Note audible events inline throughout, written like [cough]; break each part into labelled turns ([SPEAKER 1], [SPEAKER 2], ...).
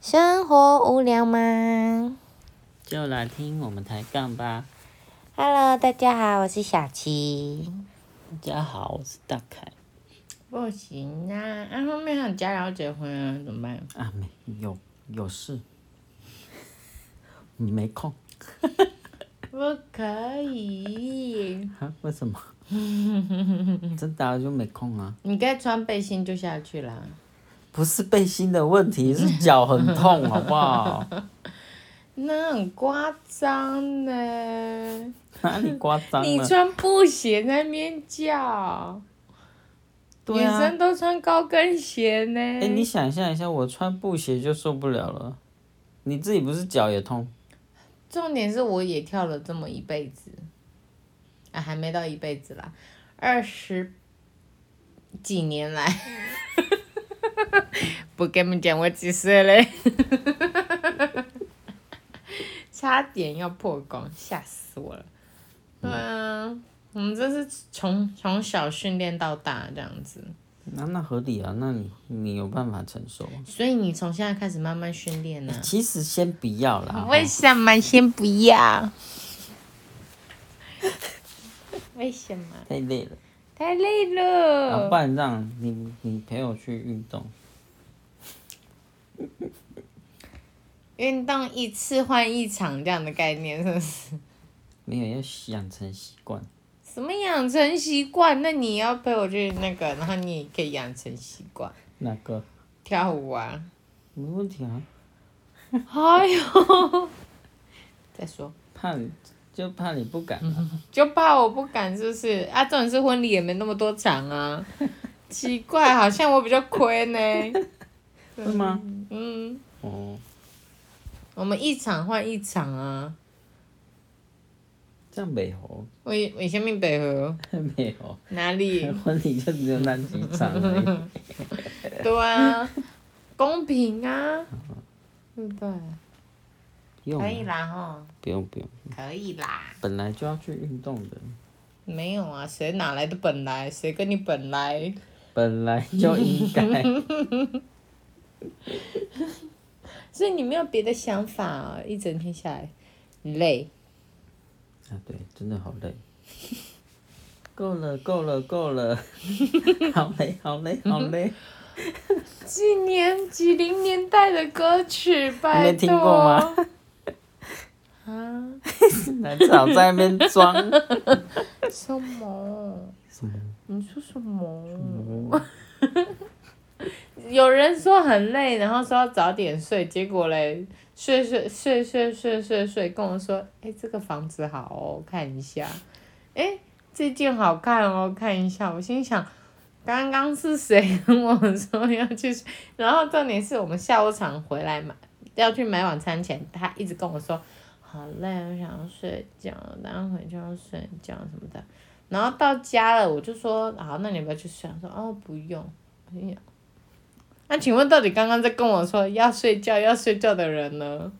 [SPEAKER 1] 生活无聊吗
[SPEAKER 2] 就来听我们抬杠吧。
[SPEAKER 1] ？Hello，大家好，我是小七。
[SPEAKER 2] 大家好，我是大凯。
[SPEAKER 3] 不行啊！啊，后面还有家要结婚啊，怎么办？
[SPEAKER 2] 啊，没有有事， [laughs] 你没空
[SPEAKER 3] 不可以，
[SPEAKER 2] 啊？为什么？ [laughs] 真的啊、就没空啊？
[SPEAKER 3] 你该穿背心就下去啦。
[SPEAKER 2] 不是背心的问 [laughs] 题，是脚很痛，好不好？
[SPEAKER 3] 那很夸张呢，
[SPEAKER 2] 哪里夸张啊
[SPEAKER 3] 你
[SPEAKER 2] 了？
[SPEAKER 3] 穿布鞋在那边叫，
[SPEAKER 2] 对
[SPEAKER 3] 女
[SPEAKER 2] 啊，
[SPEAKER 3] 生都穿高跟鞋呢。
[SPEAKER 2] 哎、你想象一下，我穿布鞋就受不了了，你自己不是脚也痛？
[SPEAKER 3] 重点是我也跳了这么一辈子，啊，还没到一辈子啦，二十几年来，不跟你们讲我几岁嘞，差点要破功，吓死我了。对啊，我们这是从从小训练到大这样子，
[SPEAKER 2] 那那合理啊，那你你有办法承受啊？
[SPEAKER 3] 所以你从现在开始慢慢训练啊呢。
[SPEAKER 2] 其实先不要啦，
[SPEAKER 3] [laughs] 为什么先不要？ [laughs] 为什么？
[SPEAKER 2] 太累了。
[SPEAKER 3] 太累
[SPEAKER 2] 啊，
[SPEAKER 3] 了
[SPEAKER 2] 不。然让你你陪我去运动，
[SPEAKER 3] 运动一次换一场这样的概念是不是？
[SPEAKER 2] 没有要养成习惯。
[SPEAKER 3] 什么养成习惯？那你要陪我去那个，然后你也可以养成习惯，
[SPEAKER 2] 哪个？
[SPEAKER 3] 跳舞啊。
[SPEAKER 2] 没问题啊，
[SPEAKER 3] 哎呦， [laughs] 再说，
[SPEAKER 2] 怕你就怕你不敢、啊。
[SPEAKER 3] 就怕我不敢，是不是？啊，重点是婚礼也没那么多场 [laughs] 啊。奇怪，好像我比较亏呢。
[SPEAKER 2] 是吗？
[SPEAKER 3] 嗯。
[SPEAKER 2] 哦，
[SPEAKER 3] 我们一场换一场啊！
[SPEAKER 2] 这样美 [laughs] 猴，
[SPEAKER 3] 我以我以前面北河
[SPEAKER 2] 美猴，？
[SPEAKER 3] 哪里 [laughs]
[SPEAKER 2] 婚礼就只有那几场而 [laughs] 已。
[SPEAKER 3] 对啊，公平啊，对不对？
[SPEAKER 2] 不用啊
[SPEAKER 3] 可以啦吼，
[SPEAKER 2] 不用不用，
[SPEAKER 3] 可以啦。
[SPEAKER 2] 本来就要去运动的，
[SPEAKER 3] 没有啊，谁哪来的本来？谁跟你本来？
[SPEAKER 2] 本来就应 [laughs] 该。啊
[SPEAKER 3] 所以你没有别的想法啊？一整天下来，累。
[SPEAKER 2] 啊，对，真的好累。够了，够了，够 [laughs] 了，好累，好累，好累，
[SPEAKER 3] 几年几零年代的歌曲，拜
[SPEAKER 2] 没
[SPEAKER 3] 托。
[SPEAKER 2] 听过吗？
[SPEAKER 3] 啊？
[SPEAKER 2] 难少在那边 [laughs] 装。
[SPEAKER 3] 什么？
[SPEAKER 2] 什么？
[SPEAKER 3] 你说什么？有人说很累，然后说要早点睡，结果嘞，睡睡睡睡睡睡睡，跟我说，哎、这个房子好哦，看一下，哎、这件好看哦，看一下。我心想，刚刚是谁跟我说要去睡？然后重点是我们下午场回来买，要去买晚餐前，他一直跟我说，好累，我想要睡觉，等下回去要睡觉什么的。然后到家了，我就说好，那你要不要去睡？他说哦，不用。我心想，那请问到底刚刚在跟我说要睡觉要睡觉的人呢？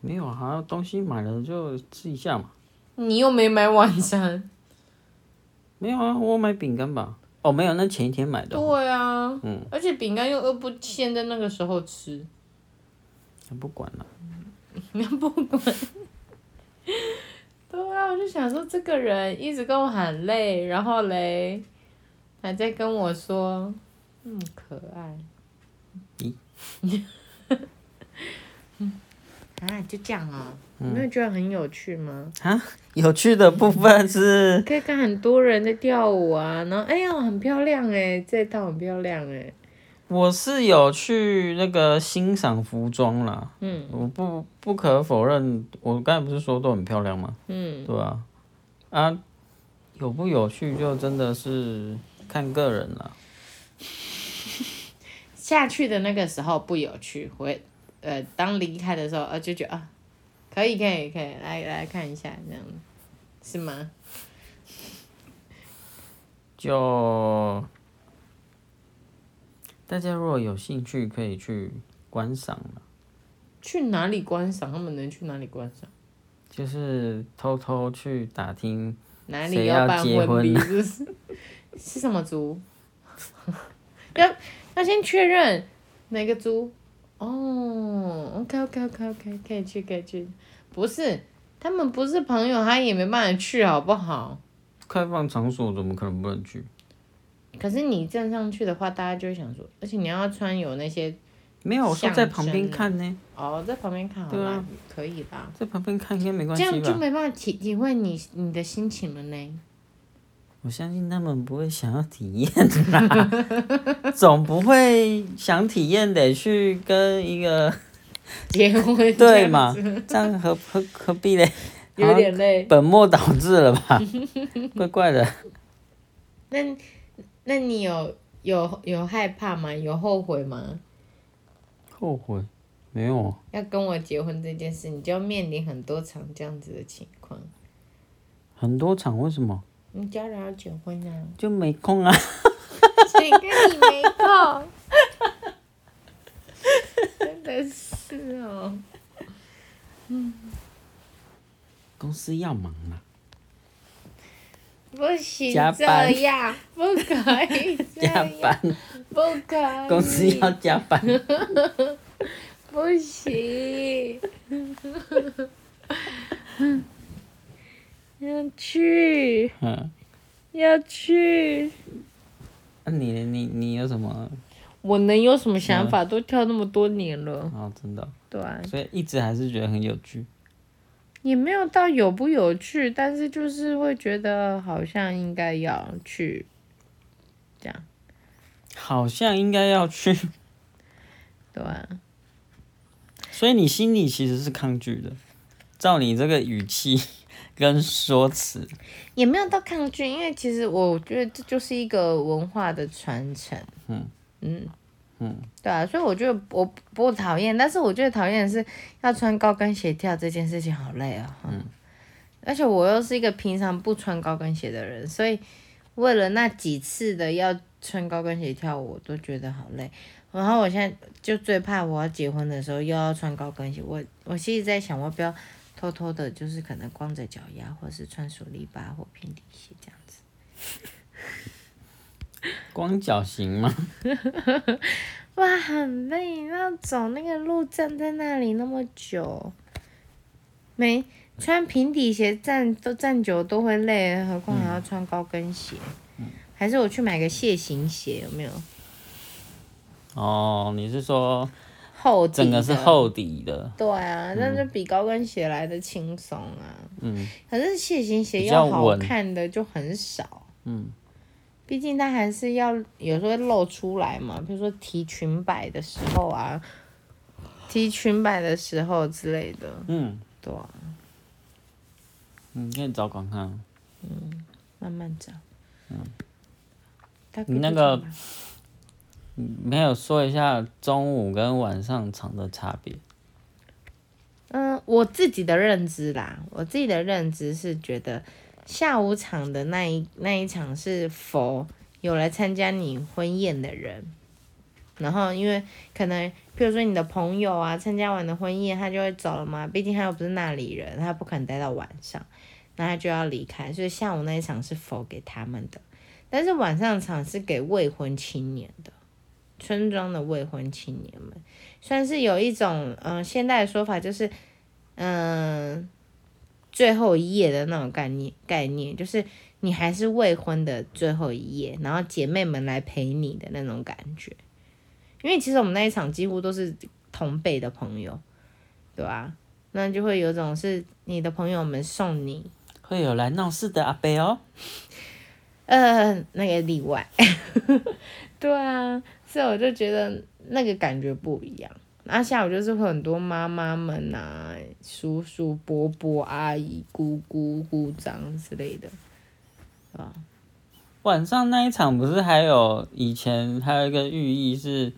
[SPEAKER 2] 没有啊，东西买了就吃一下嘛。
[SPEAKER 3] 你又没买晚餐。
[SPEAKER 2] 没有啊，我买饼干吧。哦，没有，那前一天买
[SPEAKER 3] [laughs]
[SPEAKER 2] 的。
[SPEAKER 3] 对啊，
[SPEAKER 2] 嗯，
[SPEAKER 3] 而且饼干又饿不现在那个时候吃，
[SPEAKER 2] 哎不管了，
[SPEAKER 3] 你要不管。对啊，我就想说这个人一直跟我喊累，然后嘞，还在跟我说，嗯，可爱。
[SPEAKER 2] 咦？
[SPEAKER 3] [laughs] 啊，就这样啊、你没有觉得很有趣吗？
[SPEAKER 2] 有趣的部分是，
[SPEAKER 3] 可以看很多人在跳舞啊，然后哎呀，很漂亮哎、这套很漂亮哎、
[SPEAKER 2] 我是有去那个欣赏服装啦。
[SPEAKER 3] 嗯
[SPEAKER 2] 我不不可否认，我刚才不是说都很漂亮吗？
[SPEAKER 3] 嗯，
[SPEAKER 2] 对啊，啊，有不有趣就真的是看个人了。
[SPEAKER 3] 下去的那个时候不有趣，回呃，当离开的时候，呃，就觉得啊，可以可以可以，来来看一下这样，是吗？
[SPEAKER 2] 就大家如果有兴趣，可以去观赏啦
[SPEAKER 3] 去哪里观赏？他们能去哪里观赏？
[SPEAKER 2] 就是偷偷去打听
[SPEAKER 3] 哪
[SPEAKER 2] 谁
[SPEAKER 3] 里
[SPEAKER 2] 要
[SPEAKER 3] 办
[SPEAKER 2] 结
[SPEAKER 3] 婚礼？
[SPEAKER 2] 婚
[SPEAKER 3] 是不是是什么 [laughs] 族？要要先确认哪个族？哦， OK OK OK OK，可以去可以去。不是，他们不是朋友，他也没办法去，好不好？
[SPEAKER 2] 开放场所怎么可能不能去？
[SPEAKER 3] 可是你站上去的话，大家就会想说，而且你要穿有那些
[SPEAKER 2] 没有，我说
[SPEAKER 3] 象
[SPEAKER 2] 在旁边
[SPEAKER 3] 征
[SPEAKER 2] 看呢，
[SPEAKER 3] 哦，在旁边看好
[SPEAKER 2] 对
[SPEAKER 3] 了，
[SPEAKER 2] 啊
[SPEAKER 3] 可以啦。
[SPEAKER 2] 在旁边看应该没关
[SPEAKER 3] 这
[SPEAKER 2] 系
[SPEAKER 3] 样就
[SPEAKER 2] 吧？
[SPEAKER 3] 没办法体体会你你的心情了呢。 [laughs]
[SPEAKER 2] 我相信他们不会想要体验的啦， [laughs] 总不会想体验得去跟一
[SPEAKER 3] [laughs]
[SPEAKER 2] 个
[SPEAKER 3] 结婚这
[SPEAKER 2] 对
[SPEAKER 3] 样
[SPEAKER 2] 嘛
[SPEAKER 3] 子？
[SPEAKER 2] 这样何何何必嘞？
[SPEAKER 3] 有点累。
[SPEAKER 2] 本末倒置了
[SPEAKER 3] [laughs]
[SPEAKER 2] 吧？怪怪的。
[SPEAKER 3] 那那你有有有害怕吗？有后悔吗？
[SPEAKER 2] 后悔？没有啊，
[SPEAKER 3] 要跟我结婚这件事，你就要面临很多场这样子的情况。
[SPEAKER 2] 很多场为什么
[SPEAKER 3] 你家人要结婚啊？
[SPEAKER 2] 就没空啊？
[SPEAKER 3] 谁跟你没空？
[SPEAKER 2] [laughs]
[SPEAKER 3] 真的是哦，
[SPEAKER 2] 公司要忙啊，
[SPEAKER 3] 不行
[SPEAKER 2] 加
[SPEAKER 3] 这
[SPEAKER 2] 班
[SPEAKER 3] 样，不可以这
[SPEAKER 2] 加
[SPEAKER 3] 样，
[SPEAKER 2] 班，
[SPEAKER 3] 不可以，
[SPEAKER 2] 公司要加班。
[SPEAKER 3] 不行，
[SPEAKER 2] [laughs]
[SPEAKER 3] 要去
[SPEAKER 2] 嗯，
[SPEAKER 3] 要去。
[SPEAKER 2] 那你呢你你有什么？
[SPEAKER 3] 我能有什么想法？都跳那么多年了，
[SPEAKER 2] 哦，真的哦，
[SPEAKER 3] 对啊、
[SPEAKER 2] 所以一直还是觉得很有趣。
[SPEAKER 3] 也没有到有不有趣，但是就是会觉得好像应该要去，这样
[SPEAKER 2] 好像应该要去，
[SPEAKER 3] 对啊吧、
[SPEAKER 2] 所以你心里其实是抗拒的。照你这个语气 [laughs] 跟说辞，
[SPEAKER 3] 也没有到抗拒，因为其实我觉得这就是一个文化的传承。
[SPEAKER 2] 嗯
[SPEAKER 3] 嗯
[SPEAKER 2] 嗯，
[SPEAKER 3] 对啊，所以我觉得我不讨厌，但是我觉得讨厌的是要穿高跟鞋跳这件事情好累啊、哦。嗯，而且我又是一个平常不穿高跟鞋的人，所以为了那几次的要穿高跟鞋跳舞，我都觉得好累。然后我现在就最怕我要结婚的时候又要穿高跟鞋，我我其实在想，我要不要偷偷的，就是可能光着脚丫，或者是穿手力巴或平底鞋这样子。
[SPEAKER 2] 光脚行吗？
[SPEAKER 3] 哇，很累，那走那个路站在那里那么久，没穿平底鞋站都站久都会累，何况还要穿高跟鞋。
[SPEAKER 2] 嗯
[SPEAKER 3] 还是我去买个蟹形鞋，有没有
[SPEAKER 2] 哦，你是说
[SPEAKER 3] 厚底
[SPEAKER 2] 整个
[SPEAKER 3] 的
[SPEAKER 2] 是厚底的，
[SPEAKER 3] 对啊，那就比高跟鞋来的轻松啊。
[SPEAKER 2] 嗯，
[SPEAKER 3] 可是蟹形鞋
[SPEAKER 2] 比较
[SPEAKER 3] 要好
[SPEAKER 2] 稳
[SPEAKER 3] 看的就很少。
[SPEAKER 2] 嗯，
[SPEAKER 3] 毕竟它还是要有时候会露出来嘛，比如说提裙摆的时候啊，提裙摆的时候之类的，
[SPEAKER 2] 嗯，
[SPEAKER 3] 对啊，
[SPEAKER 2] 你可以找广看。哦
[SPEAKER 3] 慢慢找。嗯。
[SPEAKER 2] 你那个嗯没有说一下中午跟晚上场的差别。
[SPEAKER 3] 嗯，我自己的认知啦，我自己的认知是觉得下午场的那一那一场是否有来参加你婚宴的人，然后因为可能譬如说你的朋友啊，参加完的婚宴他就会走了嘛，毕竟他又不是那里人，他不可能待到晚上，那他就要离开，所以下午那一场是否给他们的，但是晚上场是给未婚青年的，村庄的未婚青年们。算是有一种嗯、呃现代的说法，就是嗯、最后一页的那种概念概念，就是你还是未婚的最后一页，然后姐妹们来陪你的那种感觉。因为其实我们那一场几乎都是同辈的朋友，对吧、那就会有种是你的朋友们送你
[SPEAKER 2] 会有来闹事的阿伯哦，
[SPEAKER 3] 呃，那个例外， [laughs] 对啊，所以我就觉得那个感觉不一样。那下午就是会很多妈妈们啊、叔叔、伯伯、阿姨、姑姑、姑丈之类的，啊，
[SPEAKER 2] 晚上那一场不是还有以前还有一个寓意是，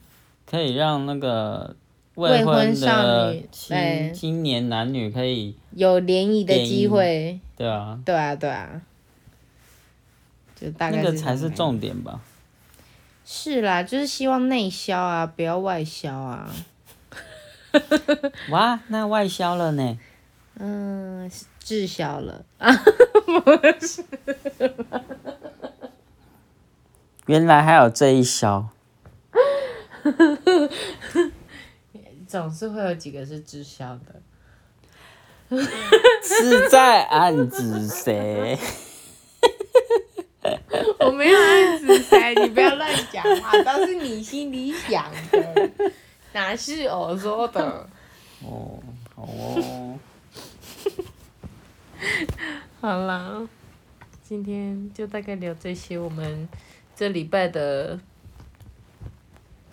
[SPEAKER 2] 可以让那个未
[SPEAKER 3] 未婚
[SPEAKER 2] 婚
[SPEAKER 3] 少
[SPEAKER 2] 的
[SPEAKER 3] 女对
[SPEAKER 2] 青青年男女可以，
[SPEAKER 3] 有联谊的
[SPEAKER 2] 联
[SPEAKER 3] 机
[SPEAKER 2] 谊
[SPEAKER 3] 会，
[SPEAKER 2] 对啊，
[SPEAKER 3] 对啊，对啊，就大概
[SPEAKER 2] 那个
[SPEAKER 3] 这
[SPEAKER 2] 才
[SPEAKER 3] 种
[SPEAKER 2] 是
[SPEAKER 3] 感觉
[SPEAKER 2] 重点吧。
[SPEAKER 3] 是啦，就是希望内销啊，不要外销啊。
[SPEAKER 2] 哇，那外销了呢？
[SPEAKER 3] 嗯，滞销了，
[SPEAKER 2] 原来还有这一销，
[SPEAKER 3] 总是会有几个是滞销的。
[SPEAKER 2] 是在暗指谁？
[SPEAKER 3] [laughs]
[SPEAKER 2] [laughs]
[SPEAKER 3] 我没有暗指谁，你不要乱讲话， [laughs] 都是你心里想 [laughs] 的，哪是我说的？
[SPEAKER 2] 哦，好哦，
[SPEAKER 3] [laughs] 好啦，今天就大概聊这些，我们这礼拜的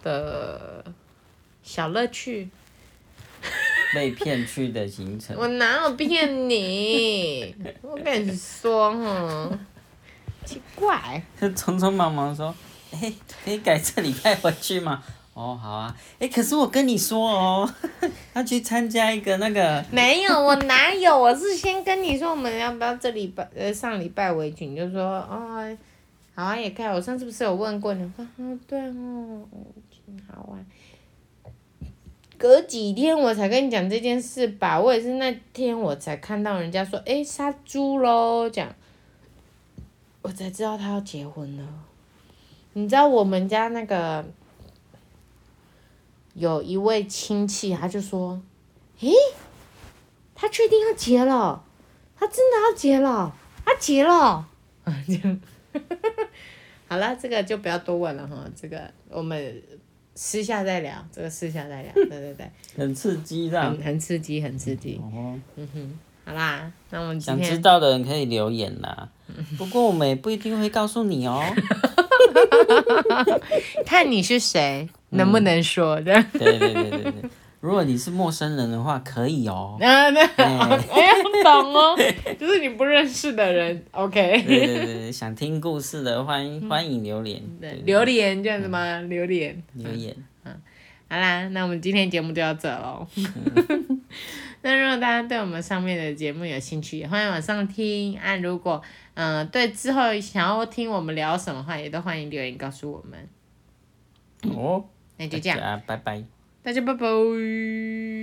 [SPEAKER 3] 的小乐趣。
[SPEAKER 2] 被骗去的行程。
[SPEAKER 3] 我哪有骗你？ [laughs] 我跟你说哈，奇怪。
[SPEAKER 2] 就匆匆忙忙说，哎、可以改这礼拜回去吗？ [laughs] 哦，好啊。哎、可是我跟你说哦， [laughs] 他去参加一个那个，
[SPEAKER 3] [laughs] 没有，我哪有？我是先跟你说，我哦们要不要这礼拜呃上礼拜为止，你就说哦，好啊也可以。我上次不是有问过你，说哦对哦，嗯好啊。隔几天我才跟你讲这件事吧，我也是那天我才看到人家说，诶，杀猪喽，这样，我才知道他要结婚了。你知道我们家那个有一位亲戚，他就说，诶。他确定要结了，他真的要结了，他结了。这样啊 [laughs] 好了，这个就不要多问了哈，这个我们私下再聊，这个私下再 [laughs] 聊，对对对，
[SPEAKER 2] 很刺激的。
[SPEAKER 3] 很很刺激，很刺激。
[SPEAKER 2] 哦，
[SPEAKER 3] 好啦，那我们嗯今
[SPEAKER 2] 想知
[SPEAKER 3] 天
[SPEAKER 2] 道的人可以留言
[SPEAKER 3] [laughs]
[SPEAKER 2] 啦。不过我们也不一定会告诉你哦。
[SPEAKER 3] 看你是谁，能不能说的？
[SPEAKER 2] 对对对对对，如果你是陌生人的话，可以
[SPEAKER 3] [laughs]
[SPEAKER 2] 哦。
[SPEAKER 3] 啊，那哎，我懂哦，就是你不认识的人
[SPEAKER 2] 对
[SPEAKER 3] ，OK。
[SPEAKER 2] 对对对，想听故事的欢
[SPEAKER 3] 嗯
[SPEAKER 2] 迎欢迎留言，对对对
[SPEAKER 3] 榴莲这样子吗？榴莲。
[SPEAKER 2] 留言。
[SPEAKER 3] 好啦，那我们今天节目就到这喽。那如果大家对我们上面的节目有兴趣，也欢迎往上听。啊，如果嗯、呃对之后想要听我们聊什么话，也都欢迎留言告诉我们。
[SPEAKER 2] 哦，
[SPEAKER 3] 嗯
[SPEAKER 2] 啊
[SPEAKER 3] 那就这样，
[SPEAKER 2] 大家拜拜。
[SPEAKER 3] 大家拜拜。